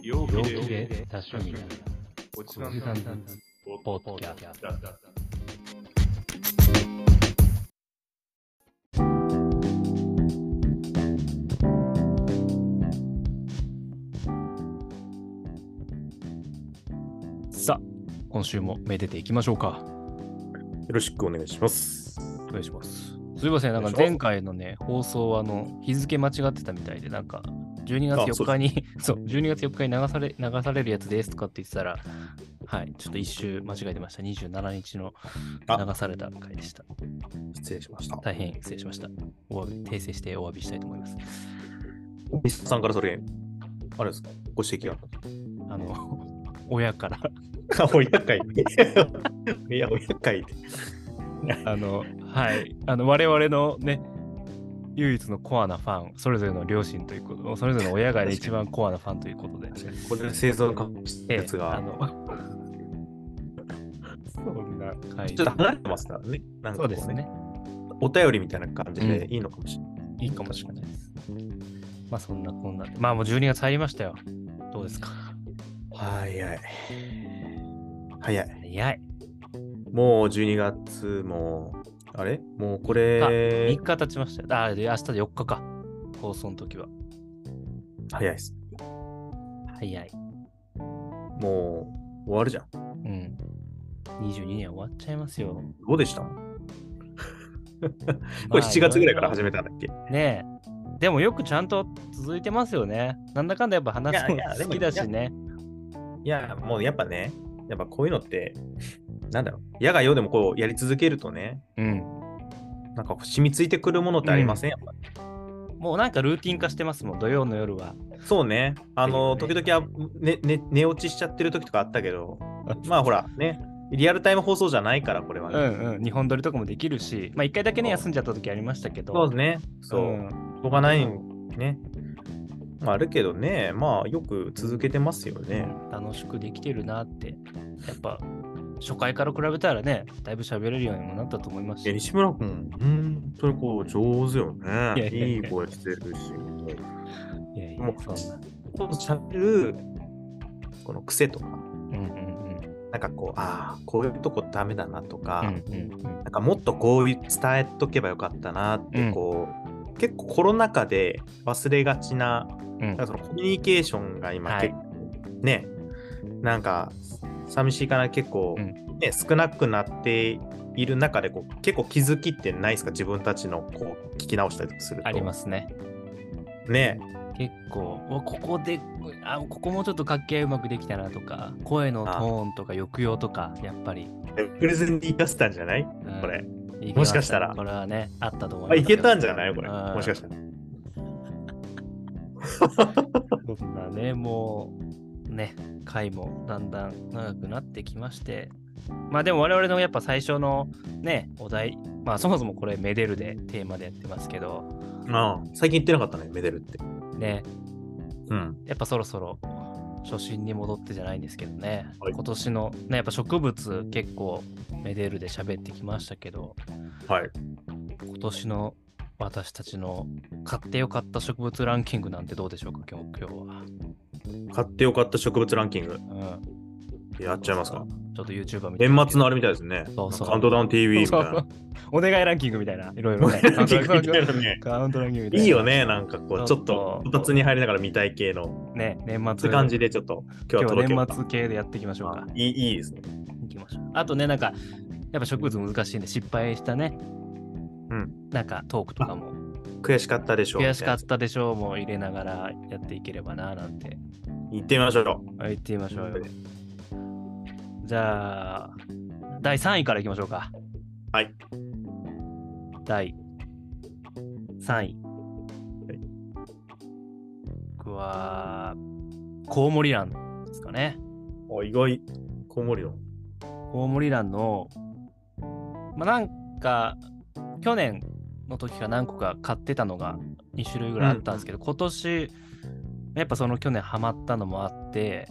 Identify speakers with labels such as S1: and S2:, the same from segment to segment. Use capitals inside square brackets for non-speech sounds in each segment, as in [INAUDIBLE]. S1: 陽気
S2: 陽
S1: で
S2: 気で多趣味な
S1: おじ
S2: お
S1: さん
S2: じさ
S1: だ
S2: んだポッドキャスト
S3: さあ、今週もめでていきましょうか。
S4: よろしくお願いします。
S3: お願いします。すいません、なんか
S4: お願いします
S3: 前回のね、放送はあの日付間違ってたみたいで、なんか12
S4: あ
S3: 月4日に、 [LAUGHS] そう12月4日に流され流されるやつですとかって言ってたら、はい、ちょっと一周間違えてました。27日の
S4: あ
S3: 流された回でした。
S4: 失礼しました。
S3: 大変失礼しました。お詫び、訂正してお詫びしたいと思います。
S4: ミスさんからそれ、あれですかご指摘
S3: [LAUGHS]
S4: が。
S3: あの、 [LAUGHS] 親から、
S4: あ、おやかい。 [LAUGHS] いや、おやかい。
S3: あの、はい、あの、我々のね、唯一のコアなファン、それぞれの両親ということ、それぞれの親が、ね、一番コアなファンということで。
S4: これで製造化したやつが、
S3: あの [LAUGHS] そんな感
S4: ちょっと離れてますからね。なん
S3: そ
S4: かこ
S3: うです。ね。
S4: お便りみたいな感じ
S3: う
S4: で
S3: ん
S4: いいのかもしれない。
S3: いいかもしれないです。まあそんなこんなで。まあもう12月入りましたよ。どうですか
S4: 早い。早い。
S3: 早い。
S4: もう12月も、あれもうこ
S3: あ
S4: れ
S3: 3、日経ちましたよ。ああ、で明日で4日か。放送の時は。
S4: 早いです。
S3: 早い。
S4: もう終わるじゃん。
S3: うん。22年終わっちゃいますよ。
S4: どうでしたこ
S3: まあ
S4: れ7月ぐらいから始
S3: ろ
S4: めたんだっけ
S3: ろねえ。でもよくちゃんと続いてますよね。なんだかんだやっぱ話すの
S4: いやいやで
S3: 好
S4: も
S3: きだしね。
S4: いや、もうやっぱね、やっぱこういうのって、なんだろう、やがよでもこうやり続けるとね、
S3: うん。
S4: なんかこう染みついてくるものってありません、やっ
S3: もうなんかルーティン化してますもん。土曜の夜は。
S4: ぱそうね、あの、
S3: ってい
S4: 時々あ、ねね、寝落ちしちゃってる時とかあったけ
S3: [LAUGHS]
S4: ど、まあほら、ね、リアルタイム放送じゃないから、これは
S3: う
S4: ね。
S3: んうん、日本撮りとかもできるし、まあ、一回だけね、休んじゃった時ありましたけど、
S4: そうですね、そう、
S3: うん
S4: しょうがないね。まあ、あるけどね、まあよく続けてますよね。
S3: 楽しくできてるなって、やっぱ初回から比べたらね、だいぶ喋れるようにもなったと思います
S4: いや、
S3: し、
S4: 西村君、本当にこう、上手よ
S3: いや
S4: ね。
S3: いやいや
S4: いい声してるし。
S3: いやいや
S4: もう
S3: そんな。
S4: ちょっと喋る、この癖とか、
S3: うんうんうん
S4: なんかこう、ああ、こういうとこダメだなとか、
S3: うんうん
S4: なんかもっとこういう伝えとけばよかったなっ
S3: う
S4: て
S3: ん
S4: こう、結構コロナ禍で忘れがちな
S3: うん
S4: な
S3: うん
S4: んかそのコミュニケーションが今
S3: はい
S4: 結構、ねなんか寂しいかな結構、
S3: うん
S4: ね少なくなっている中でこう結構気づきってないですか自分たちのこう聞き直したりとかすると
S3: ありますね。
S4: すね
S3: 結構、うわここで、あここもうちょっと掛け合いうまくできたなとか、声のトーンとか抑揚とか、やっぱり。
S4: プレゼンで生かせたんじゃない
S3: うん
S4: これ、
S3: いけ
S4: もしかしたら
S3: まこれはね、あったと思いま
S4: あ
S3: すよ。
S4: いけたんじゃないこれ
S3: うん
S4: もしかしたら
S3: そんなね、もう、ね、回もだんだん長くなってきまして、まあでも我々のやっぱ最初のね、お題、まあそもそもこれ、メデルでテーマでやってますけど、
S4: ああ最近言ってなかったねメデルって
S3: ね、
S4: うん
S3: やっぱそろそろ初心に戻ってじゃないんですけどね、
S4: はい
S3: 今年のね、やっぱ植物結構メデルで喋ってきましたけど、
S4: はい
S3: 今年の私たちの買ってよかった植物ランキングなんてどうでしょうか、今日今日は。
S4: 買ってよかった植物ランキング
S3: うん、
S4: やっちゃいますか
S3: ちょっと YouTuber みたいな
S4: 年末のあれみたいですね
S3: そうそう
S4: カウントダウン TV みたい
S3: そう
S4: な
S3: [LAUGHS] お願いランキングみたいな、いろ
S4: [LAUGHS]
S3: いろね。
S4: ランキングみたいなね
S3: カウントランキングみたいな。
S4: いいよ。ねなんかこうち
S3: そ
S4: ょ
S3: う
S4: っとこたつに入りながら見たい系の
S3: ね、年
S4: そうい
S3: 末。
S4: う感じでちょっと今日
S3: 今
S4: は
S3: 日
S4: 届けば
S3: は年末系でやっていきましょうか
S4: あ。いいいいですね
S3: いきましょう。あとね、なんか、やっぱ植物難しいんで失敗したね。
S4: うん。
S3: なんかトークとかも、
S4: 悔しかったでしょう
S3: 悔しかったでしょうも入れながらやっていければな、なんて。
S4: 行ってみましょう
S3: あ言ってみましょうよ。じゃあ、第3位からいきましょうか。
S4: はい。
S3: 第3位。
S4: はい
S3: 僕は、コウモリランですかね。
S4: お意外コウモリの
S3: コウモリランの、まあ、なんか、去年の時から何個か買ってたのが2種類ぐらいあったんですけど、今年、やっぱその去年ハマったのもあって、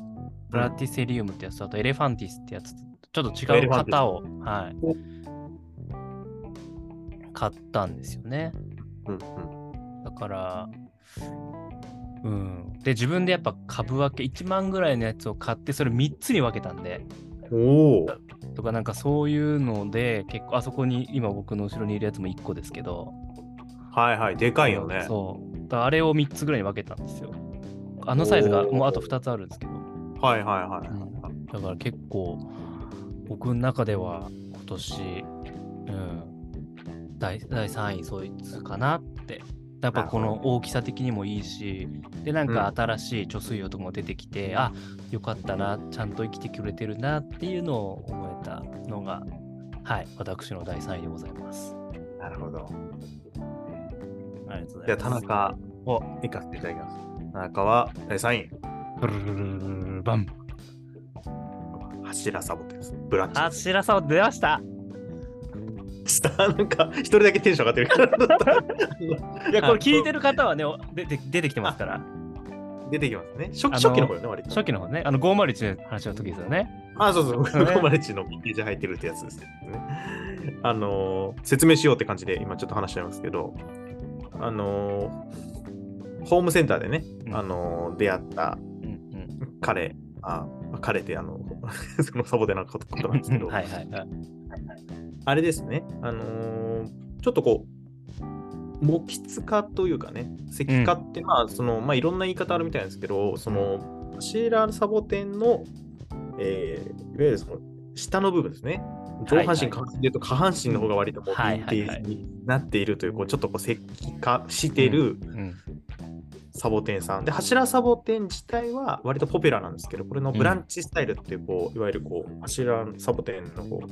S3: プラティセリウムってやつと、あとエレファンティスってやつ、ちょっと違う型を、はい
S4: お、
S3: 買ったんですよね。
S4: うんうん
S3: だから、うん、で自分でやっぱ株分け1万ぐらいのやつを買ってそれ3つに分けたんで
S4: おお。
S3: とかなんかそういうので結構あそこに今僕の後ろにいるやつも1個ですけど
S4: はいはい、でかいよね。
S3: そうだからあれを3つぐらいに分けたんですよあのサイズが
S4: おー
S3: もうあと2つあるんですけど
S4: はいはいはい。
S3: だから結構僕の中では今年、うん、第第3位そいつかなってやっぱこの大きさ的にもいいしでなんか新しい貯水量とかも出てきて、あよかったなちゃんと生きてくれてるなっていうのを思えたのがはい私の第3位でございます
S4: なるほど。
S3: ありがとうご
S4: じゃあ、田中を行かせていただきます。田中は第3位、
S3: ブルルルルルルバン
S4: 柱サボテンです。ブラッチです。
S3: 柱さん出ました
S4: 下、なんか、一人だけテンション上がってるから。
S3: いやこれ聞いてる方はねお出て出てきてますから
S4: 出てきますね。初
S3: の
S4: 初期の頃ね、割と。
S3: 初期の方ね、あの501の話の時ですよね。
S4: あ、そうそう。
S3: そうね
S4: 生まれ地のページ入ってるってやつですね。あのー説明しようって感じで今ちょっと話しちゃいますけど、あのーホームセンターでね、
S3: うん
S4: あのー出会った
S3: うんうん
S4: 彼、あ彼ってあの、 [LAUGHS] そのサボテンのことなんですけど、
S3: はいはいはい。
S4: あれですね、あのーちょっとこう、木質化というかね、石化って、まあ、その、まあ、いろんな言い方あるみたいなんですけど、その、シーラーサボテンの、えーいわゆるその、下の部分ですね。上半身、
S3: はいはい
S4: 下半身でいうと、下半身の方が割ともう、
S3: は
S4: ヴ
S3: い
S4: ィン
S3: はいはい
S4: テージになっているという、こう、ちょっとこう、石化してる
S3: うん、
S4: サボテンさん。で、柱サボテン自体は割とポピュラーなんですけど、これのブランチスタイルっていう、こう、いわゆるこう、柱サボテンのこう、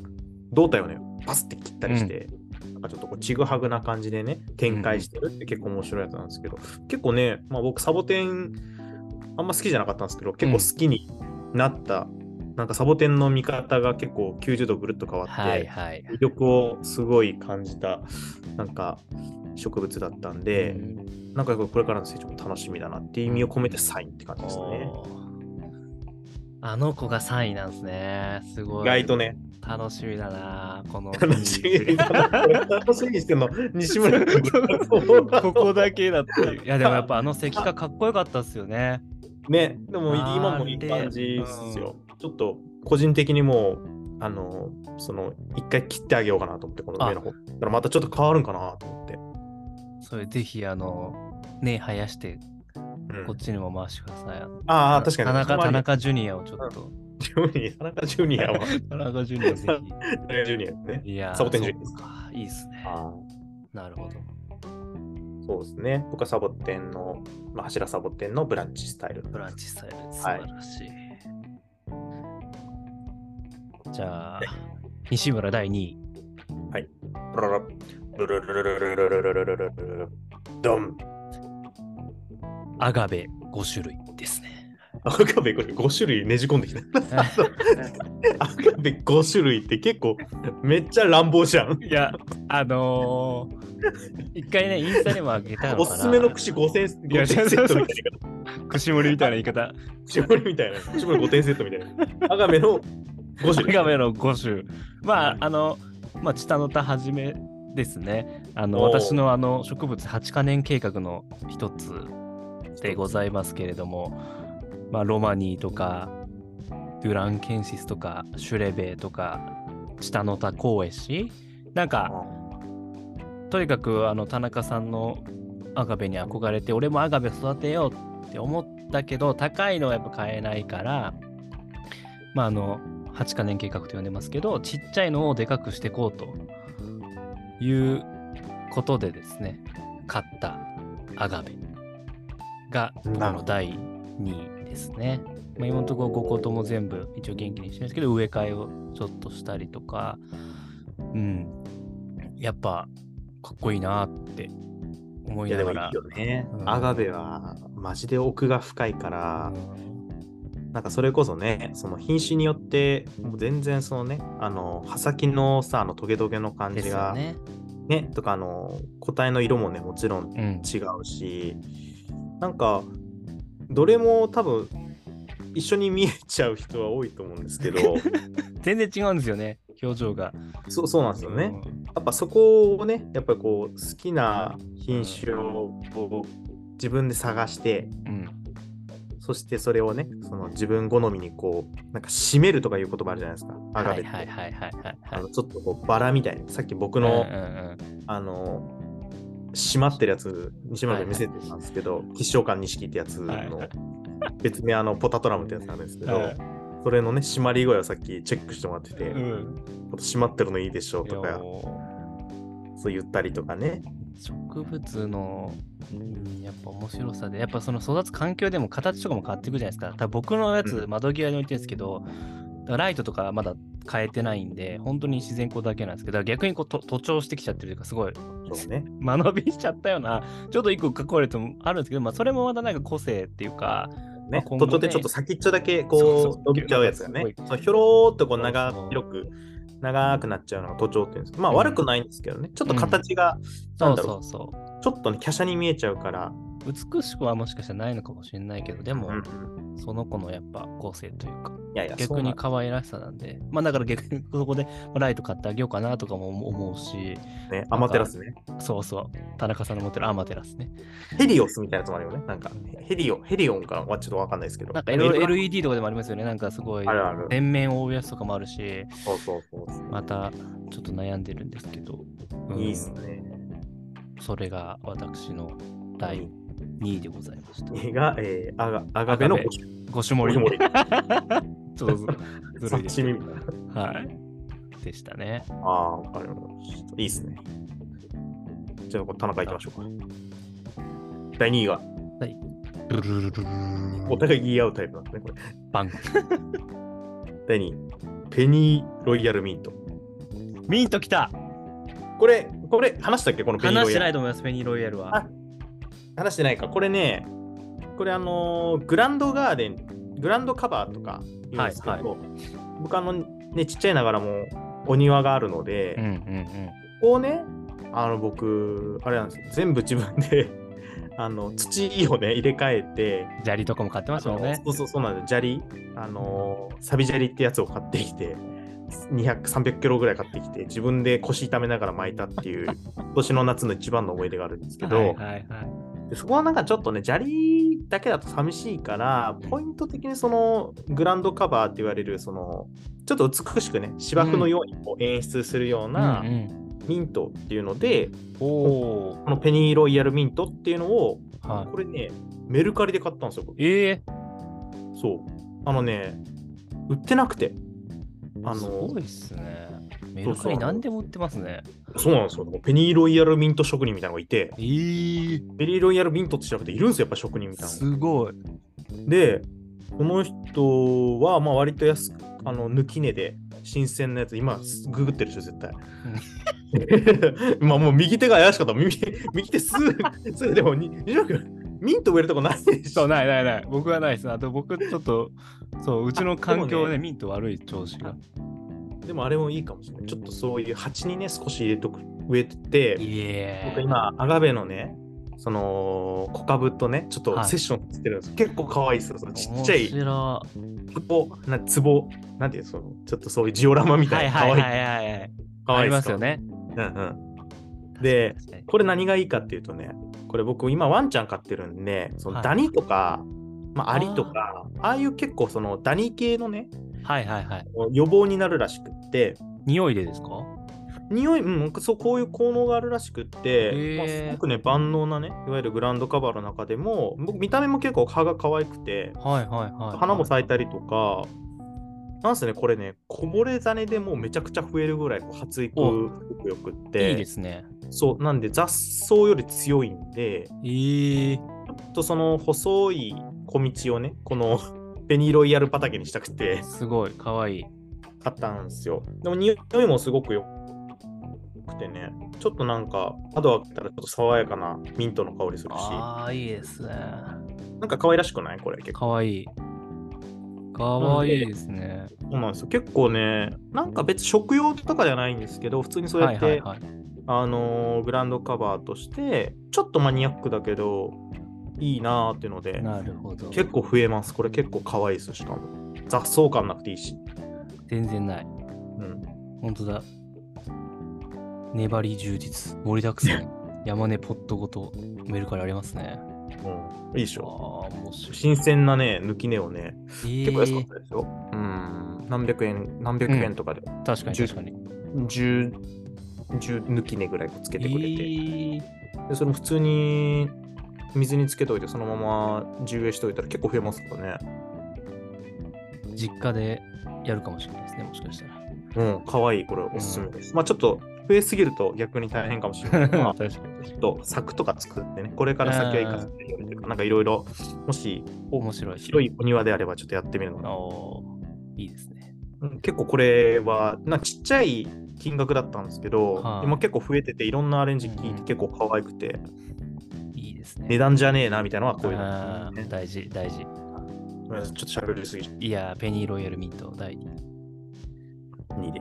S4: 胴体をね、パスって切ったりして、なんかちょっとこう、ちぐはぐな感じでね、展開してるって結構面白いやつなんですけど、結構ね、まあ僕、サボテン、あんま好きじゃなかったんですけど、結構好きになった、なんかサボテンの見方が結構90度ぐるっと変わって、
S3: はいはい。
S4: 魅力をすごい感じた、なんか、植物だったんで、なんかこれからの成長も楽しみだなっていう意味を込めてサインって感じですね。
S3: おーあの子が3位なんですね。すごい。
S4: 意外とね、
S3: 楽しみだな、
S4: [LAUGHS]
S3: この。
S4: 楽しみだな。これ楽しみにしてんの、西 [LAUGHS] 村君。
S3: ここだけだっていう。いやでもやっぱあの石化かっこよかったっすよね。
S4: ね、でも
S3: あー
S4: 今もいい感じですよ。ちょっと個人的にもう、あの、その、一回切ってあげようかなと思って、この上の方。だからまたちょっと変わるんかなと思って。
S3: それぜひあの、ね生やして
S4: うん
S3: こっちにも回してください。
S4: ああ、確かに。そ
S3: 田中、
S4: の
S3: 田
S4: 前に
S3: 中ジュニアをちょっと。
S4: ジュニア、田中ジュニ [LAUGHS] アは、
S3: 田中ジュニアぜ
S4: 田中ジュニアね。
S3: ひ。いやー、
S4: サボテンジュニア
S3: そうかいいっすね。
S4: あ
S3: なるほど。
S4: ーそうですね。僕はサボテンの、まあ、柱サボテンのブランチスタイル。
S3: ブランチスタイル素晴らしい。じゃあ、西村第2位。
S4: ブルルブルルルルルルルルルルルルドン
S3: アガベ5種類ですね。
S4: 赤べこれ5種類ねじ込んできた。赤べ5種類って結構めっちゃ乱暴じゃん。
S3: いや、あの
S4: [LAUGHS]
S3: ー、一回ね、インスタにもあげたのかな。
S4: おすすめの串5点セ
S3: いや
S4: ットみたいな。
S3: 串盛りみたいな言い方。
S4: 絞りみたいな。絞り5点セットみたいな。赤べの5
S3: ア
S4: 種類。
S3: ガベの5種。まあ、あの、まあ、チタノタはじめですね。あの、
S4: おー
S3: 私のあの、植物8カ年計画の一つでございますけれども、まあ、ロマニーとか、デュランケンシスとか、シュレベーとか、チタノタコウエシなんか、とにかくあの田中さんのアガベに憧れて俺もアガベ育てようって思ったけど高いのはやっぱ買えないからまああの8カ年計画と呼んでますけどちっちゃいのをでかくしていこうということでですね買ったアガベが僕
S4: なるほ
S3: の第2位ですね。まあ、今のところ5個とも全部一応元気にしてるんですけど植え替えをちょっとしたりとかうんやっぱかっこいいなって思
S4: い
S3: い
S4: や
S3: な
S4: で
S3: が
S4: もいい
S3: ら。
S4: よね
S3: う。ん
S4: アガベはマジで奥が深いから、
S3: うん
S4: なんかそれこそね、その品種によって、もう全然そのね、あの、葉先のさ、あのトゲトゲの感
S3: で
S4: じ
S3: すよ
S4: が、
S3: ね。
S4: ね、とかあの個体の色もねもちろん
S3: うん。
S4: 違うしなんかどれも多分一緒に見えちゃう人は多いと思うんですけ
S3: [LAUGHS]
S4: ど
S3: 全然違うんですよね、表情が。
S4: そうそうなんですよねやっぱそこをねやっぱりこう好きな品種をこう自分で探して
S3: うん。うん。
S4: そしてそれをね、その自分好みにこう、なんか締めるとかいう言葉あるじゃないですか。アガ
S3: は
S4: ベ
S3: い
S4: って。
S3: はいはいはいはい
S4: あ
S3: はい
S4: のちょっとこうバラみたいな、さっき僕
S3: うん
S4: の、
S3: うん
S4: あの、閉まってるやつ、西村君見せてたんですけど、吉祥館錦ってやつ
S3: はいは
S4: の
S3: い、
S4: 別名、あの、ポタトラムってやつなんですけ
S3: う
S4: ど
S3: ん、
S4: それのね、締まり声をさっきチェックしてもらってて、
S3: うん
S4: 閉まってるのいいでしょう
S3: いや
S4: とか、
S3: も
S4: そう言ったりとかね。
S3: う植物のうんやっぱ面白さでやっぱその育つ環境でも形とかも変わっていくじゃないですかだから僕のやつ
S4: う
S3: 窓際に置いてるんですけどだからライトとかまだ変えてないんで本当に自然光だけなんですけどだから逆にこうと徒長してきちゃってるというかすごい
S4: そうね。
S3: 間延びしちゃったようなちょっと一個かっこいいともあるんですけど、まあ、それもまたなんか個性っていうかまあ
S4: ね、
S3: 今後
S4: 途中で
S3: ね
S4: ちょっと先っちょだけ
S3: そうそ
S4: こ
S3: う
S4: う伸びちゃうやつが
S3: すごい
S4: ね、そうひょろーっとこう長
S3: そうそう
S4: 広く長くなっちゃうのが徒長っていうんですけど、まあ
S3: うん
S4: 悪くないんですけどね、ちょっと形が
S3: そ
S4: なん
S3: う
S4: だ
S3: そ
S4: ろ
S3: うそう
S4: う、ちょっとね、華奢に見えちゃうから、
S3: 美しくはもしかしたらないのかもしれないけどでも
S4: うん
S3: その子のやっぱ個性というか
S4: いやいや、
S3: 逆に可愛らしさなんでまあだから逆にそこでライト買ってあげようかなとかも思うし
S4: そうなんですね、アマテラスね、
S3: そうそう田中さんの持ってるアマテラスね
S4: ヘリオスみたいなやつもあるよね、なんかヘリオ、ヘリオンかはちょっとわかんないですけど、
S3: なんか
S4: いろいろ
S3: LED とかでもありますよねなんかすごい
S4: あるある、
S3: 全面覆うやつとかもあるし
S4: そうそうそう、
S3: またちょっと悩んでるんですけど、うん
S4: いいっすね。
S3: それが私の第2位でございました
S4: 映画、えー、アガアガベの
S3: アガベごしもり
S4: 森森、
S3: ちょっとず [LAUGHS] ずるいです
S4: 刺身みたいな。
S3: はいでしたね
S4: ああー、わかりました。いいっすね。じゃあ、田中行きましょうか。第2位は、
S3: ルルルルル
S4: お互い言い合うタイプなんですね、これ。
S3: バン
S4: 第2位、ペニーロイヤルミント。
S3: ミント来た
S4: これ、これ、話したっけこのペニーロ
S3: 話し
S4: イ
S3: て
S4: ヤ
S3: ない
S4: ル。
S3: と思います、ペニーロイヤルは。
S4: あ話してないか。これね、これあのーグランドガーデン、グランドカバーとか言うんですけど、
S3: はい
S4: 僕あの、ね、ちっちゃいながらもお庭があるので、
S3: うんうん
S4: ここをね、あの僕、あれなんですよ。全部自分で、 [LAUGHS] あの、土をね、入れ替えて、
S3: うん。砂利とかも買ってましたもん
S4: あ
S3: ね
S4: の。そうそうそうなんです砂利、あのーサビ砂利ってやつを買ってきて、200、300キロぐらい買ってきて、自分で腰痛めながら巻いたって
S3: [LAUGHS]
S4: いう、今年の夏の一番の思い出があるんですけど、
S3: はいはいは。
S4: でそこはなんかちょっとね、砂利だけだと寂しいから、ポイント的にそのグラウンドカバーって言われる、その、ちょっと美しくね、芝生のようにこう演出するようない
S3: うんうん
S4: ミントっていうので、
S3: おお。
S4: このペニーロイヤルミントっていうのを、
S3: はい
S4: これね、メルカリで買ったんですよ、僕
S3: え
S4: そう。あのね、売ってなくて。
S3: ー、
S4: あ
S3: す
S4: の
S3: ご、いっすね。メルカリ何でも売ってますね。
S4: そうなんですよ。ペニーロイヤルミント職人みたいなのがいて、
S3: えー、
S4: ペニーロイヤルミントって調べているんですよ、やっぱ職人みたいなの。
S3: すごい。
S4: で、この人は、まあ割と安く、あの、抜き値で、新鮮なやつ、今、ググってるでしょ、絶対。 [LAUGHS] まあもう右手が怪しかった。右右手すぐ、 [LAUGHS] すぐでもに、西村君ミント植えるとこないでし
S3: そう、
S4: ょ。
S3: ないないない。僕はないです。あと僕、ちょっと、そう、うちの
S4: あ
S3: 環境ね、
S4: でもね
S3: ミント悪い調子が。
S4: でもあれもいいかもしれない。ちょっとそういう鉢にね、少し入れとく、植えてて、
S3: いえ
S4: 僕。今アガベのねその小株とねちょっ
S3: は
S4: と
S3: い
S4: セッションしてるんです、結構可愛いですよそのちっちゃ
S3: 面
S4: い
S3: 白
S4: 壺な壺なんていうそのちょっとそういうジオラマみ
S3: い。は
S4: たい
S3: い
S4: な
S3: は
S4: 可愛
S3: いはい
S4: い
S3: はいはい。
S4: 可
S3: あ
S4: 愛
S3: り
S4: いで
S3: ますすよね。
S4: うんうんで
S3: 確かに
S4: これ何がいいかっていうとねこれ僕今ワンちゃん飼ってるんでそ
S3: は
S4: の
S3: い
S4: ダニとか、まあ、アリとかああいう結構そのダニ系のね
S3: はいはいはい。
S4: 予防になるらしくって
S3: 匂いでですか
S4: 匂い、うん、そうこういう効能があるらしくって、
S3: へー
S4: まあ、すごくね万能なねいわゆるグラウンドカバーの中でも僕見た目も結構葉が可愛くて
S3: はいはいはい。
S4: 花も咲いたりとか、なんすねこれねこぼれ種でもうめちゃくちゃ増えるぐらいこう発育
S3: お
S4: よくよくって
S3: いいですね。
S4: そうなんで雑草より強いんで
S3: ええ
S4: ちょっとその細い小道をねこの [LAUGHS] ペニーロイヤル畑にしたくて [LAUGHS]
S3: すごい、かわいい。
S4: 買ったんですよでも匂いもすごくよくてねちょっとなんか窓を開けたらちょっと爽やかなミントの香りするし
S3: ああ、いいですね。
S4: なんか可愛らしくないこれ結構
S3: かわいい。かわいいですね。
S4: そうなんですよ結構ねなんか別に食用とかではないんですけど普通にそうや
S3: は
S4: っ
S3: い
S4: て、
S3: はいはい。
S4: あのーグラウンドカバーとしてちょっとマニアックだけどいいなーっていうので
S3: なるほど。
S4: 結構増えますこれ結構可愛いですしかも雑草感なくていいし、
S3: 全然ない。
S4: うん、
S3: ほんとだ。粘り充実。盛りだくさん。山根ポットごとメルカリありますね。
S4: うん、いいでし
S3: ああ、
S4: ょ。
S3: 面白い。
S4: 新鮮なね、抜き値をね、
S3: 結
S4: 結構安かったですよ。うん、何百円、何百円とかで、
S3: 確かに
S4: 10
S3: 確かに。
S4: 10、10抜き値ぐらいつけてくれて、
S3: いい
S4: でそれも普通に水につけといて、そのまま重油しておいたら結構増えますからね。
S3: 実家でやるかもしれないですね、もしかしたら。。
S4: うん、かわいい、これ、おすすめです。まあちょっと、増えすぎると逆に大変かもしれない [LAUGHS] まあ
S3: 確かに確か
S4: ちょっと柵とか作ってね、これから先は行かせてよというか、なんかいろいろ、もし
S3: に。面白い。
S4: 広いお庭であればちょっとやってみるのが
S3: あーいいですね。
S4: うん結構これはなちっちゃい金額だったんですけど、
S3: はい
S4: 今結構増えてていろんなアレンジ聞い
S3: うん
S4: て結構可愛くて、
S3: いいですね。
S4: 値段じゃねえなみたいなのはこういうの、
S3: あー
S4: ね、
S3: 大事、大事。
S4: ごめんなさいちょっと喋りすぎちゃ
S3: いやー、ペニーロイヤルミント第2
S4: う2で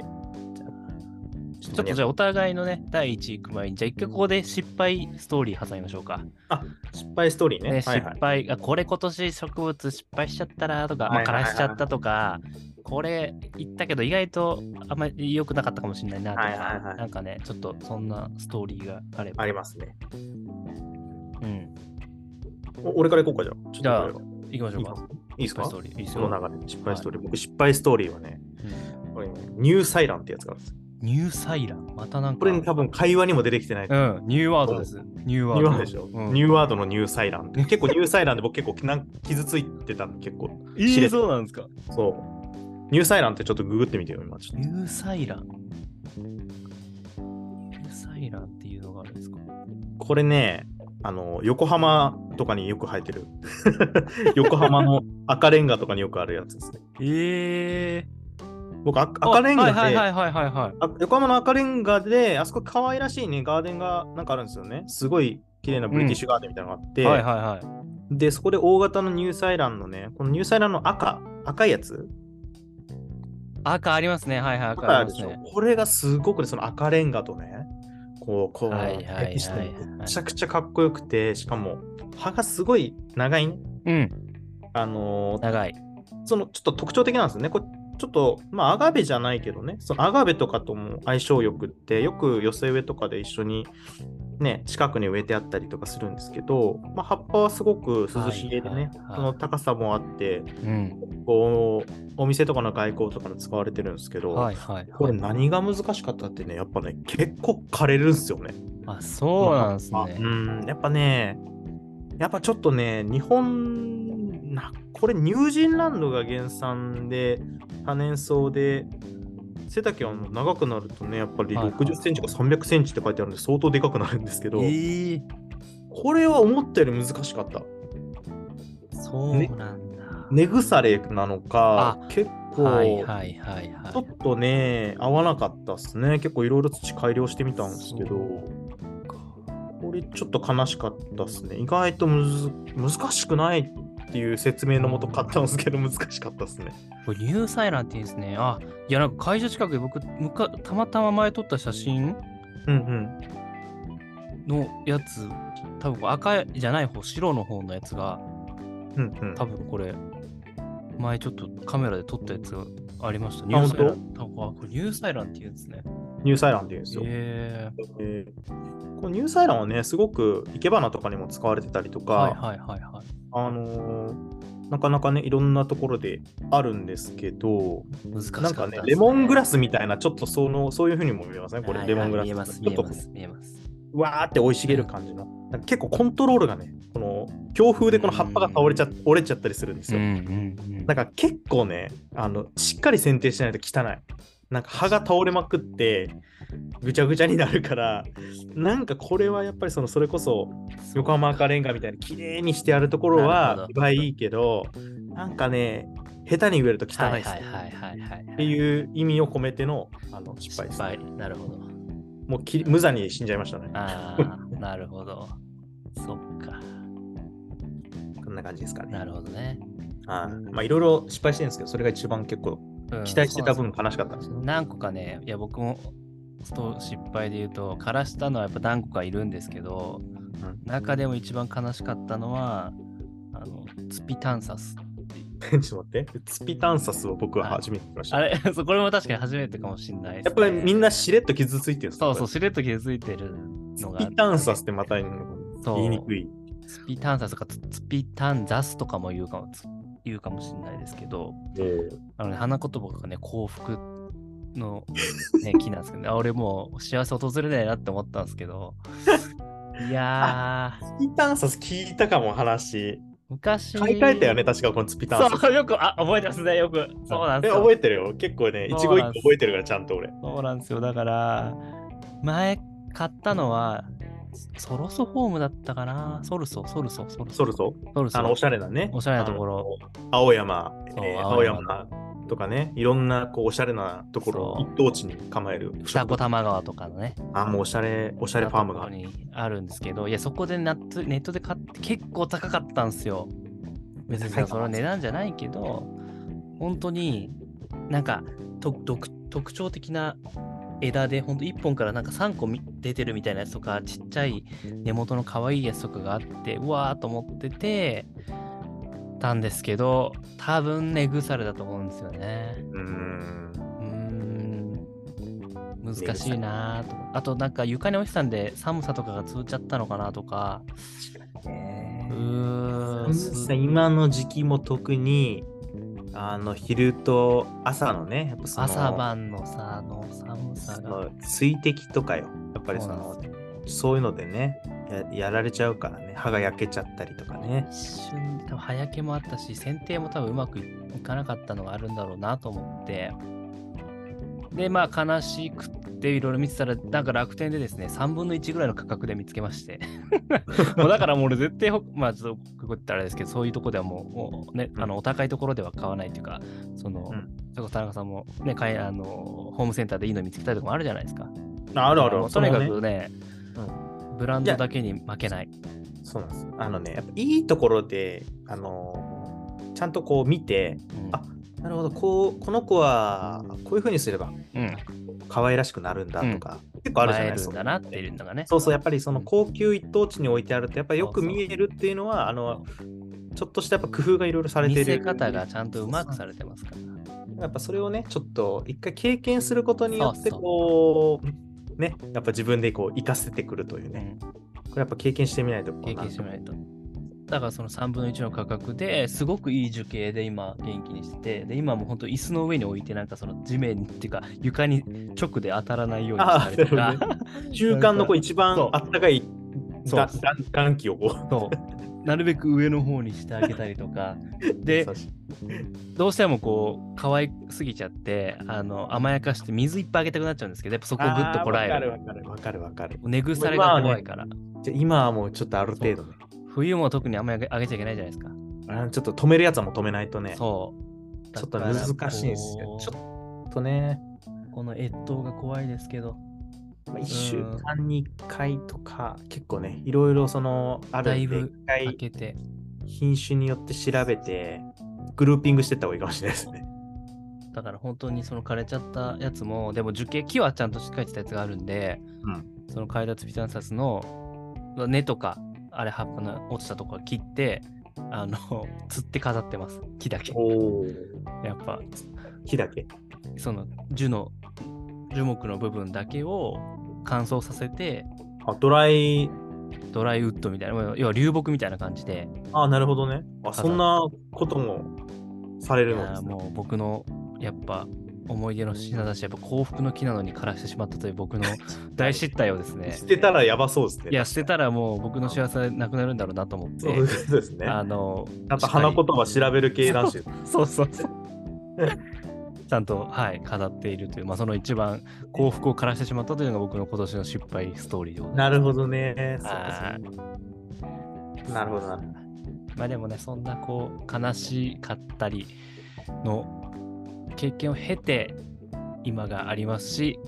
S3: ちょっとじゃあお互いのね、第1位行く前に、じゃあ一回ここで失敗ストーリー挟みましょうか。
S4: 失敗ストーリーね
S3: ね、
S4: はいは
S3: 失
S4: い
S3: 敗、あこれ今年植物失敗しちゃったなとか、ま
S4: は
S3: あ、
S4: い
S3: 枯
S4: はいはい
S3: らしちゃったとか、これ言ったけど意外とあんまり良くなかったかもしれないなとか、
S4: はいはいはい
S3: なんかね、ちょっとそんなストーリーがあれば。
S4: ありますね
S3: うん。
S4: お俺から行こうかじゃあちょっと
S3: じゃあ
S4: これは
S3: 行きましょうか。
S4: いいです
S3: 失敗
S4: か
S3: ストーリー。いいです
S4: そ
S3: よ。
S4: の流れ失敗ストーリー、僕失敗ストーリーはね
S3: うん
S4: これねニューサイランってやつがあるんですよ
S3: ニューサイラン、またなんか。
S4: これ、ね、多分会話にも出てきてない、
S3: うん、ニューワードです。ニューワー
S4: ニュー
S3: ド。
S4: ワードでしょ、
S3: うん
S4: ニューワードのニューサイランって結構ニューサイランで僕結構なん傷ついてたの結構
S3: え
S4: 知
S3: ー、
S4: れ
S3: そうなんですか。
S4: そう。ニューサイランってちょっとググってみてよ、今ちょっ
S3: ニューサイラン。ニューサイランっていうのがあるんですか
S4: と。これね、あの、横浜とかによく生えてる。 [LAUGHS] 横浜の赤レンガとかによくあるやつですね。
S3: ええ
S4: 僕、あ赤レンガで、
S3: はいはいはいはいはいはい。
S4: あ横浜の赤レンガで、あそこ可愛らしいね、ガーデンがなんかあるんですよね。すごい綺麗なブリティッシュガーデンみたいなのがあって、
S3: はいはいは
S4: で、そこで大型のニューサイランのね、このニューサイランの赤、赤いやつ、
S3: い。赤ありますね。はいはい。赤
S4: 赤
S3: あ
S4: あ
S3: り
S4: る
S3: ま
S4: ですしょ
S3: ね。。
S4: これがすごくね、その赤レンガとね、こう、こう、
S3: はいはいはいはい
S4: 歴史とめちゃくちゃかっこよくて、しかも、葉がすごい長いね。
S3: うん。
S4: あのー
S3: 長い。
S4: そのちょっと特徴的なんですよね。これちょっと、まあ、アガベじゃないけどね、そのアガベとかとも相性よくって、よく寄せ植えとかで一緒に、ね、近くに植えてあったりとかするんですけど、まあ、葉っぱはすごく涼しげで
S3: はい
S4: ね、
S3: はいはい
S4: その高さもあって、
S3: うん。
S4: こう、お店とかの外交とかに使われてるんですけど、
S3: はいはい
S4: これ
S3: はい。
S4: 何が難しかったってね、やっぱね、結構枯れるんですよね。
S3: あ、そうなんです
S4: あう
S3: ね。
S4: ん、やっぱね、やっぱちょっとね、日本、なこれニュージーランドが原産で、多年草で、背丈はもう長くなるとね、やっぱり
S3: はいはい
S4: 60センチか300センチって書いてあるんで、相当でかくなるんですけど、
S3: ええ
S4: これは思ったより難しかった。
S3: そうなんだ。
S4: 根腐れなのか、結構、
S3: はいはいはい
S4: ちょ
S3: は
S4: っとね、合わなかったですね。結構いろいろ土改良してみたんですけど、これちょっと悲しかったですね。意外とむず難しくないっていう説明のもと買ったんですけど、難しかったですね。
S3: い。これニューサイランっていうんですね。あ、いやなんか会社近くで僕、むかたまたま前撮った写真
S4: うん
S3: のやつ、多分赤じゃない方、白の方のやつが、
S4: うん。うんうん、
S3: 多分これ、前ちょっとカメラで撮ったやつがありました。ニュ
S4: あ
S3: ーサイラン。多分あ、これニューサイランっていうんですね。
S4: ニューサイランっていうんですよ。
S3: え
S4: えーこのニューサイランはね、すごく生け花とかにも使われてたりと
S3: え
S4: か、
S3: はいはいはいはい。
S4: あのーなかなかね、いろんなところであるんですけど、
S3: 難しかった
S4: なんかね、レモングラスみたいな、ちょっとそのそういうふうにも見えません、
S3: ね
S4: これ、レモングラス。
S3: 見えます、
S4: ちょ
S3: 見
S4: っ
S3: え
S4: と
S3: ます、見えます。
S4: わーって生い茂る感じの、なんか結構コントロールがね、この強風でこの葉っぱが倒れちゃ、折れちゃったりするんですよ。
S3: ん
S4: だから結構ねあの、しっかり剪定しないと汚い。なんか葉が倒れまくって、ぐちゃぐちゃになるから、なんかこれはやっぱりそのそれこそ横浜赤レンガみたいに綺麗にしてあるところ
S3: なるほ
S4: は
S3: ど、
S4: いいいけど、なんかね、下手に植えると汚い
S3: はい
S4: です
S3: はい
S4: ね。
S3: はいはいはい。
S4: って
S3: う
S4: いう意味を込めてのあの失
S3: 失
S4: 敗です。
S3: 敗。なるほど。
S4: もうき無残に死んじゃいましたね。[LAUGHS]
S3: ああ、なるほど。そっか。
S4: こんな感じですかね。
S3: なるほどね。
S4: はいまあいろいろ失敗してるんですけど、それが一番結構
S3: うん
S4: 期待してた
S3: そうなん
S4: 分
S3: で
S4: 悲しかったんですす
S3: よ。何個かね、いや僕もそう失敗で言うと、枯らしたのはやっぱ何個かいるんですけど、
S4: ん
S3: 中でも一番悲しかったのは、あの、ツピタンサス。
S4: [LAUGHS] ちょっと待って。ツピタンサスを僕は初めて聞きました。
S3: あれ、 [LAUGHS] そうこれも確かに初めてかもしれないです、ね。
S4: やっぱりみんなしれっと傷ついてるんですか
S3: そうそう、
S4: こ
S3: しれっと気づいてるのが
S4: れ。ツピタンサスってまた言
S3: そう
S4: いにくい。
S3: ツピタンザスとかツツピタンザスとかも言うかもつ言うかもしれないですけど、あのね、花言葉がね、幸福
S4: [LAUGHS]
S3: の、ね、木なんですけど、ね、あ俺もう幸せ訪れないなって思ったんですけ
S4: [LAUGHS]
S3: ど、いやー、
S4: ピタンサス聞いたかも話。
S3: 昔。
S4: 買い替えたよね、確かこのツピタンサス。
S3: そう、よく、あ、覚えてますね、よく。そうなんで
S4: え
S3: すよ。
S4: 覚えてるよ。結構ね、一
S3: そう
S4: 語一
S3: なん
S4: 句
S3: です
S4: 覚えてるから、ちゃんと俺。
S3: そうなんですよ。だから、前買ったのは、ソロソフォームだったかなソルソ、ソルソ、ソルソ。
S4: そろそろ、
S3: ソルソ
S4: あの、おしゃれなね。
S3: おしゃれなところ
S4: あの。青山、
S3: そう
S4: えー青
S3: 青
S4: 山
S3: 山
S4: とかね、いろんなこうおしゃれなところ、
S3: そう
S4: 一等地に構える。
S3: 二子玉川とかのね、
S4: あ、もうおしゃれ、おしゃれファームが。
S3: にあるんですけど、いや、そこでネットネットで買って結構高かったんですよ。別に
S4: 高い
S3: さ
S4: か
S3: その値段じゃないけど、本当になんかと独特徴的な枝で、本当1本からなんか3個み出てるみたいなやつとか、ちっちゃい根元の可愛いやつとかがあって、うわーと思ってて、たんですけど、多分ね、ぐされだと思うんですよね。
S4: うーん。
S3: うーん難しいなぁとあとなんか床に落ちたんで寒さとかが通っちゃったのかなとかうーんす
S4: 今の時期も特に、あの、昼と朝のね、やっぱその
S3: 朝晩のさあの寒さ
S4: そ
S3: が
S4: の水滴とかよ。やっぱりそ
S3: そうな
S4: の
S3: んで、
S4: そういうのでねや、やられちゃうからね、歯が焼けちゃったりとかね。
S3: 一瞬多分早けもあったし剪定も多分うまくいかなかったのがあるんだろうなと思ってでまあ悲しくっていろいろ見てたらなんか楽天でですね3分の1ぐらいの価格で見つけまして [LAUGHS] もうだからもう俺絶対ほまあちょっとここってあれですけどそういうとこではもうもうね
S4: うん
S3: あのお高いところでは買わないというかその、
S4: うん
S3: それこそ田中さんもね買いあのホームセンターでいいの見つけたりとかもあるじゃないですか
S4: あるあ
S3: も
S4: る。
S3: うとにかくね
S4: そのね
S3: ブランドだけに負けない
S4: そうなんです。あのね、やっぱいいところで、あのーちゃんとこう見て、
S3: うん
S4: あなるほど、こう、この子は、こういうふうにすれば、
S3: うん
S4: 可愛らしくなるんだとか、結構あるじゃない
S3: 映え
S4: です
S3: るんだなっていうのがね
S4: そうそう、やっぱりその高級一等地に置いてあると、やっぱりよく
S3: そうそう
S4: 見えるっていうのは、あの、ちょっとしたやっぱ工夫がいろいろされて
S3: 見
S4: る。
S3: せ方がちゃんとうまくされてますから。
S4: やっぱそれをね、ちょっと一回経験することによって、
S3: そうそう
S4: こう、ね、やっぱ自分でこう、活かせてくるという
S3: う
S4: ね、
S3: ん
S4: これやっぱ経験してみないと
S3: 経験してもらえると。だからその3分の1の価格ですごくいい樹形で今元気にしててで今も本当椅子の上に置いてなんかその地面っていうか床に直で当たらないようにしたりと
S4: あ
S3: か
S4: ーなる中間のこう一番あったかい
S3: そう
S4: だだ暖気をこう。
S3: そうなるべく上の方にしてあげたりと
S4: [LAUGHS]
S3: かで
S4: 優しい
S3: どうしてもこう可愛すぎちゃってあの甘やかして水いっぱいあげたくなっちゃうんですけどやっぱそこをぐっとこらえる
S4: あーわかるわかるわかるわかる。
S3: 寝腐れが怖いから、
S4: じゃあ今はもうちょっとある程度ね。
S3: 冬も特に甘やあげちゃいけないじゃないですか、
S4: あーちょっと止めるやつはもう止めないとね。
S3: そう
S4: ちょっと難しいです
S3: だからこ
S4: よ。
S3: う
S4: ちょっとね、
S3: この越冬が怖いですけど、
S4: まあ、1週間に1回とか、結構ね、いろいろその、ある
S3: だいぶ
S4: 一回
S3: 開けて、
S4: 品種によって調べて、グルーピングしてった方がいいかもしれない
S3: [LAUGHS]
S4: ですね。
S3: だから本当にその枯れちゃったやつも、でも樹形、木はちゃんとしっかりしたやつがあるんで、
S4: うん
S3: そのカイダツピタンサスの根とか、あれ葉っぱの落ちたとこは切って、あの、 [LAUGHS] 釣って飾ってます、木だけ。
S4: おお。
S3: やっぱ、
S4: 木だけ。
S3: その樹の、樹木の部分だけを乾燥させて、
S4: あ、ドライ。
S3: ドライウッドみたいな、要は流木みたいな感じで、
S4: あ、なるほどね。あ、そんなこともされ
S3: い
S4: るので
S3: や
S4: す
S3: ー
S4: ね。
S3: もう僕のやっぱ思い出の品だし、やっぱ幸福の木なのに枯らしてしまったという
S4: [LAUGHS]
S3: 僕の大失態をですね。
S4: 捨てたらやばそうですね。
S3: いや、捨てたらもう僕の幸せなくなるんだろうなと思って。
S4: そういうことですね。
S3: あの、
S4: ちゃんと花言葉調べる系男子。
S3: そうそうそう。 [LAUGHS] ちゃんと、はい、飾っているという、まあ、その一番幸福を枯らしてしまったというのが僕の今年の失敗ストーリーでございます。
S4: なるほどね。
S3: はい
S4: なるほどな。
S3: まあでもね、そんなこう、悲しかったりの経験を経て、今がありますし、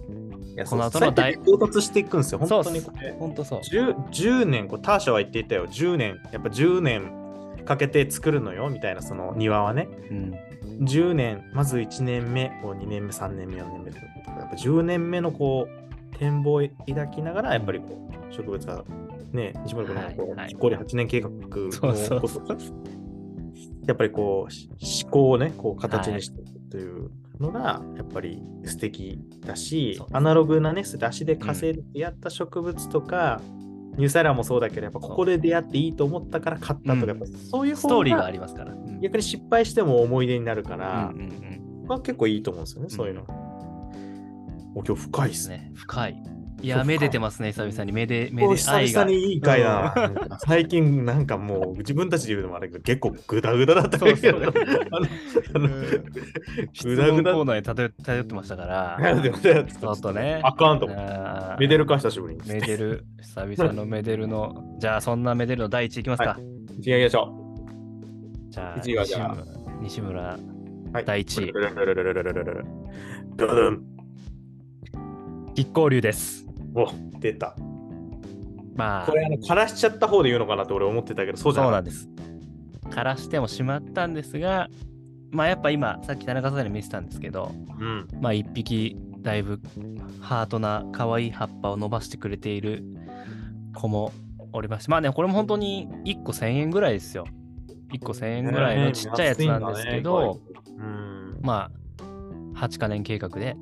S4: いや
S3: この後
S4: そう
S3: の大
S4: そうやって到達していくんですよ。本
S3: そうっ
S4: 当
S3: す
S4: にこれ。
S3: 本当そう。
S4: 10, 10年こう、ターシャは言っていたよ。10年、やっぱ10年かけて作るのよ、みたいな、その庭はね。
S3: うん
S4: 10年、まず1年目、こう2年目、3年目、4年目と。やっぱ10年目のこう、展望を抱きながら、やっぱりこう、植物が、ね、西村君のこ、
S3: はいうはい
S4: しっこり8年計画のこと
S3: そうそうそう
S4: やっぱりこうし思考をねこう形にしていくというのがやっぱり素敵だし、
S3: そう
S4: アナログなね出しで稼いでやった植物とか、ニューサイラーもそうだけど、やっぱここで出会っていいと思ったから買ったとか、
S3: うん
S4: やっぱそういう
S3: スト
S4: 方
S3: ーリーがあ
S4: が
S3: りますから。うん
S4: 逆に失敗しても思い出になるから
S3: う、んうん
S4: まあ結構いいと思うんですよね、そういうの。お今日深いで
S3: うん
S4: すね。
S3: ね、深い。い
S4: そう深
S3: や、
S4: い
S3: 目出てますね、久々に。目で、目
S4: お
S3: で
S4: 久
S3: 愛が。
S4: 々にいい回だな。最近なんかもう自分たちで言うのもあれだけど結構グダグダだったけど
S3: [LAUGHS]
S4: ね。
S3: そうそう
S4: あのあ
S3: [LAUGHS]
S4: の
S3: うん
S4: グ
S3: 質
S4: ダグ
S3: 問
S4: ダ
S3: コーナーに漂漂ってましたから。ちょっとね。
S4: あかんと思って。
S3: あー
S4: メデルか久しぶりに。
S3: メデル、久々のメデルの、じゃあそんなメデルの第一いきますか。
S4: 次行きましょ
S3: じゃあ、
S4: 一位はじゃあ
S3: 西村、
S4: う。は
S3: 西村第一位、
S4: ルルルルルルルルルルドドン。
S3: 筆光流です。
S4: お出た。
S3: まあ、
S4: これあの、枯らしちゃった方で言うのかなって俺思ってたけど、そうじゃ
S3: そう
S4: な
S3: ないん。です。枯らしてもしまったんですが、まあやっぱ今、さっき田中さんに見せたんですけど、
S4: うん。
S3: まあ一匹、だいぶハートな可愛い葉っぱを伸ばしてくれている子もおりまして、まあね、これも本当に1個1000円ぐらいですよ。1個1000円ぐらいのちっちゃいやつなんですけど、
S4: うん。
S3: まあ、8カ年計画で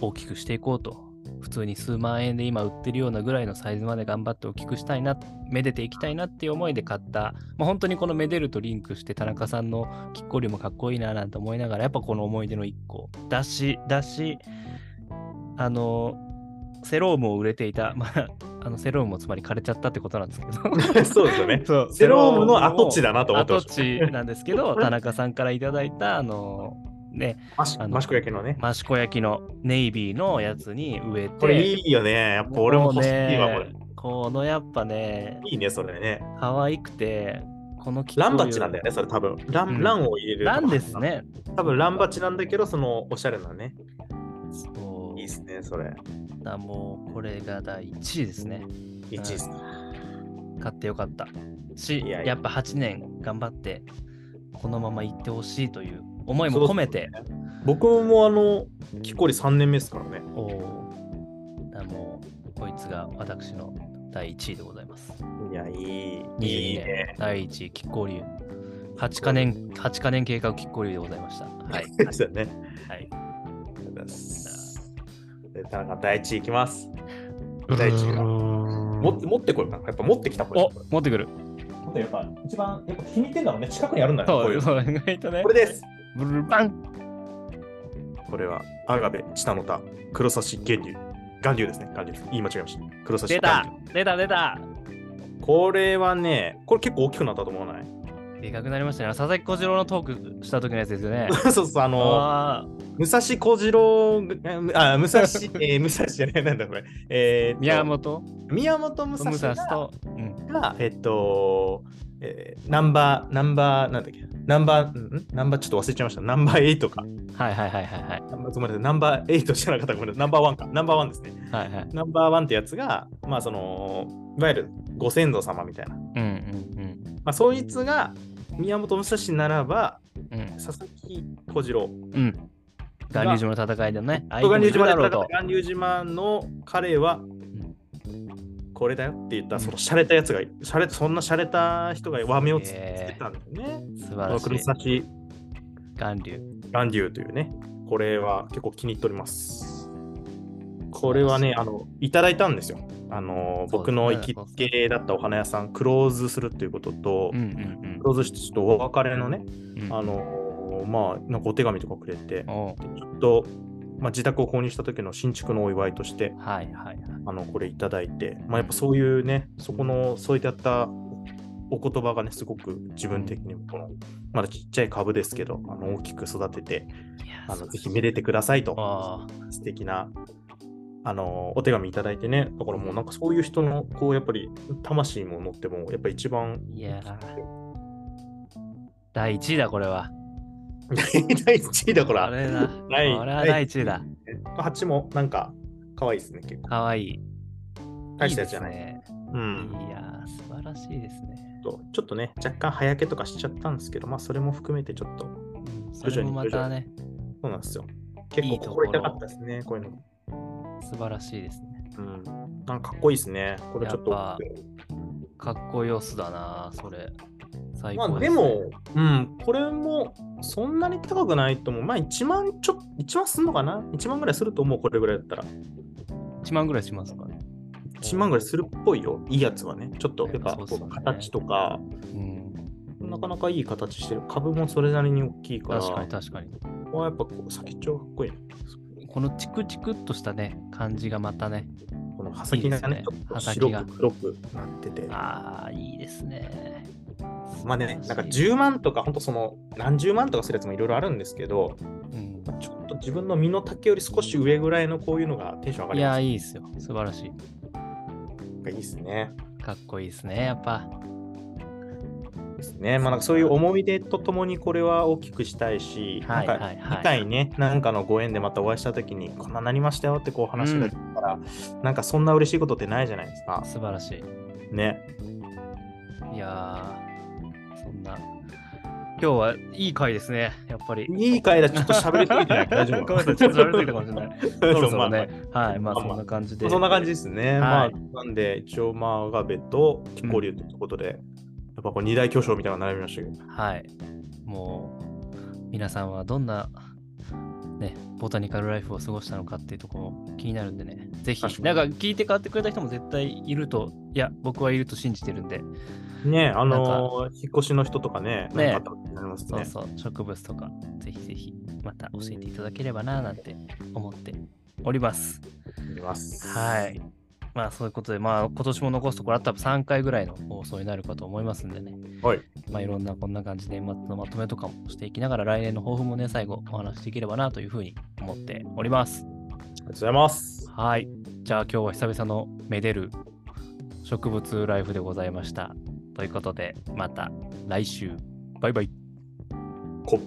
S3: 大きくしていこうと。普通に数万円で今売ってるようなぐらいのサイズまで頑張って大きくしたいな、めでていきたいなっていう思いで買った、まあ、本当にこのめでるとリンクして田中さんのきっこりもかっこいいななんて思いながら、やっぱこの思い出の一個だし、だし、あの、セロームを売れていた、まあ、あのセロームもつまり枯れちゃったってことなんですけど、
S4: [LAUGHS] そうですよね。
S3: [LAUGHS] そう
S4: セロームの跡地だなと思ってま
S3: 跡
S4: し
S3: 地なんです
S4: [LAUGHS]
S3: けど、田中さんからいただいた、あの、ね、
S4: た。マシコ焼きのね。
S3: 益子焼きのネイビーのやつに植えて。
S4: これいいよね。やっぱ俺も欲しいわ、こ
S3: もう
S4: れ
S3: ね。このやっぱね、
S4: いいね、それね。
S3: 可愛くて、この木
S4: ランバチなんだよね、それ多分。ラン,、
S3: うん
S4: ランを入れる。
S3: ランです。ね。
S4: 多分ランバチなんだけど、そのおしゃれなね。
S3: そう。
S4: いいですね、それ。
S3: だもう、これが第1位ですね。
S4: 1位ですね。
S3: 買ってよかった。
S4: い
S3: し、
S4: やいや
S3: やっぱ8年頑張って、このまま行ってほしいという思いも込めて。
S4: 僕もあの、きっこり3年目ですからね。
S3: おーだもう、こいつが私の第1位でございます。
S4: いや、いい。
S3: 22年
S4: いいね。
S3: 第1位、亀甲流。8カ年、八カ年計画亀甲流でございました。はい。
S4: ですよね。
S3: は
S4: あ
S3: い。
S4: りがとうございますで田中第1位いきます。第一位がも
S3: も
S4: 持ってこようかな。やっぱ持ってきた方がいい
S3: お持ってくる。
S4: もっとやっぱ一番やっぱ気に入ってんだろうね。近くにあるんだね。こ
S3: そ
S4: いう
S3: うう、
S4: の
S3: そう、意外とね
S4: こ。れです。
S3: ブルルバン
S4: これはアガベ、チタノタ、黒差し源流。岩流ですね。岩流です。言い間違えました。黒差し
S3: 出
S4: 岩
S3: た
S4: 流。
S3: 出た出た
S4: これはね、これ結構大きくなったと思わない
S3: でかくなりましたね。佐々木小次郎のトークした時のやつですよね。
S4: [LAUGHS] そうそう、あの、
S3: あー
S4: 武蔵小次郎ぐ、あ、武蔵、えー、武蔵じゃない、なんだこれ。えーっと
S3: 宮本
S4: 宮本武蔵
S3: 武蔵
S4: が、
S3: と、うん、
S4: えっと、えーナンバー、ナンバー、なんだっけ、ナンバー、んナンバーちょっと忘れちゃいました。ナンバー8か。
S3: はいはいはいはいはい
S4: ナンバーごめんなさいナンバー8じゃなかった、ごめんなさい。ナンバー1か。ナンバー1ですね。
S3: はいはい
S4: ナンバーワンってやつが、まあその、いわゆるご先祖様みたいな。ま
S3: うんうん
S4: あそいつが宮本武蔵ならば、
S3: うんうん
S4: 佐々木小次郎。
S3: うん巌流島の戦いでもね相
S4: 岩
S3: 手
S4: 流島
S3: もいる
S4: で
S3: だ
S4: 戦
S3: ろ
S4: っ
S3: うと
S4: た岩流島の彼は、これだよって言った、
S3: うん
S4: その洒落たやつが、洒落そんな洒落た人が和名をつ,、
S3: へー
S4: けたんだよね。
S3: 素
S4: こ
S3: 晴
S4: の
S3: ら
S4: 黒
S3: しい
S4: 崎
S3: 巌流
S4: 岩流というね、これは結構気に入っております。これはね、あの、いただいたんですよ。あの、僕の行きつけだったお花屋さん、クローズするということと、
S3: うんうん
S4: クローズしてちょっとお別れのね、
S3: うんうん
S4: あのーまあ、なんかお手紙とかくれて、
S3: おう
S4: ちょっと、まあ、自宅を購入した時の新築のお祝いとして、
S3: はいはいはい
S4: あのこれいただいて、まあ、やっぱそういうね、そこの、そういったお言葉がね、すごく自分的にもこの、まだちっちゃい株ですけど、あの大きく育てて、
S3: いや
S4: あ
S3: そ
S4: の
S3: う
S4: ぜひめでてくださいと、
S3: あ
S4: 素敵な。あのお手紙いただいてね、だからもうなんかそういう人のこうやっぱり魂も乗っても、やっぱ一番
S3: ーいやー第1位だこれは
S4: [LAUGHS] 第1位だか
S3: こ
S4: ら、
S3: れだこ
S4: 第
S3: れは第1位だ
S4: 蜂もなんか可愛いですね、結構。
S3: かわいい
S4: 大したやつじゃない。
S3: いです
S4: う
S3: ね
S4: ん、
S3: いやー素晴らしいですね
S4: とちょっとね、若干早けとかしちゃったんですけど、まあそれも含めてちょっと、
S3: うんそ
S4: 徐々に
S3: れもまたね
S4: そうなんですよ。結構心痛かったですね、こういうの。
S3: 素晴らしいですね
S4: うん。なんかかっこいいですね。これちょっと。
S3: やっかっこよすだなそれ最
S4: ま
S3: 高
S4: あ
S3: で
S4: です
S3: ね
S4: も、うん、これもそんなに高くないと思う。まあ1万ちょっ1万すんのかな ?1 万ぐらいすると思う、これぐらいだったら。
S3: 1万ぐらいしますから
S4: 1 1万ぐらいするっぽいよ。いいやつはね。ちょっと、やっぱ
S3: そうっ
S4: こ
S3: すね
S4: う形とか、
S3: うん、
S4: なかなかいい形してる。株もそれなりに大きいから、
S3: 確かに確かに。
S4: ここはやっぱこう、先っちょがかっこいいね。
S3: このチクチクっとしたね、感じがまたね。
S4: この刃先がね、
S3: いいで
S4: ち
S3: すね
S4: ょっと白
S3: 刃
S4: く
S3: 先
S4: 黒くなってて。
S3: ああ、いいですね。
S4: まあね、なんか
S3: 十
S4: 10万とか、ほんとその何十万とかするやつもいろいろあるんですけど、
S3: うん
S4: まあちょっと自分の身の丈より少し上ぐらいのこういうのがテンション上が
S3: い
S4: りま
S3: や、
S4: す
S3: いいですよ。素晴らしい。
S4: なんかいいですね。
S3: かっこいいですね、やっぱ。
S4: ですね。まあなんかそういう思い出とともにこれは大きくしたいし、
S3: はい
S4: なん
S3: はい
S4: か
S3: はい
S4: 次回ね、なんかのご縁でまたお会いした時にこんななりましたよってこう話が出たら、なんかそんな嬉しいことってないじゃないですか。
S3: 素晴らしい。
S4: ね。
S3: いやー、そんな。今日はいい回ですね、やっぱり。
S4: いい回だ、ちょっと喋りすぎて
S3: [LAUGHS]
S4: ない。大丈夫
S3: ごめんなさい、ちょっと喋りすぎたかもしれない。
S4: [LAUGHS]
S3: そろそろね。はい、ま
S4: ま
S3: あ
S4: あ
S3: そんな感じで。
S4: そんな感じですね。
S3: は
S4: ま
S3: い
S4: あ、なんで、一応、まあ、アガベとキコリュウということで、やっぱこう二大巨匠みたいなの並びましたけど、
S3: はい。もう、皆さんはどんな、ね、ボタニカルライフを過ごしたのかっていうところも気になるんでね、ぜひ、
S4: 確か
S3: なん
S4: に
S3: か聞いて買ってくれた人も絶対いると、いや、僕はいると信じてるんで、
S4: ね、あのー引っ越しの人とかね、
S3: ね
S4: なんかあったになります
S3: そう
S4: ね。
S3: そう、植物とか、ぜひぜひ、また教えていただければな、なんて思っております。
S4: あります。
S3: はい。まあそういうことで、まあ今年も残すところあったら3回ぐらいの放送になるかと思いますんでね。
S4: はい。
S3: まあいろんなこんな感じで年末のまとめとかもしていきながら来年の抱負もね、最後お話しできればなというふうに思っております。
S4: ありがとうございます。
S3: はい。じゃあ今日は久々のめでる植物ライフでございました。ということで、また来週。バイバイ。
S4: こ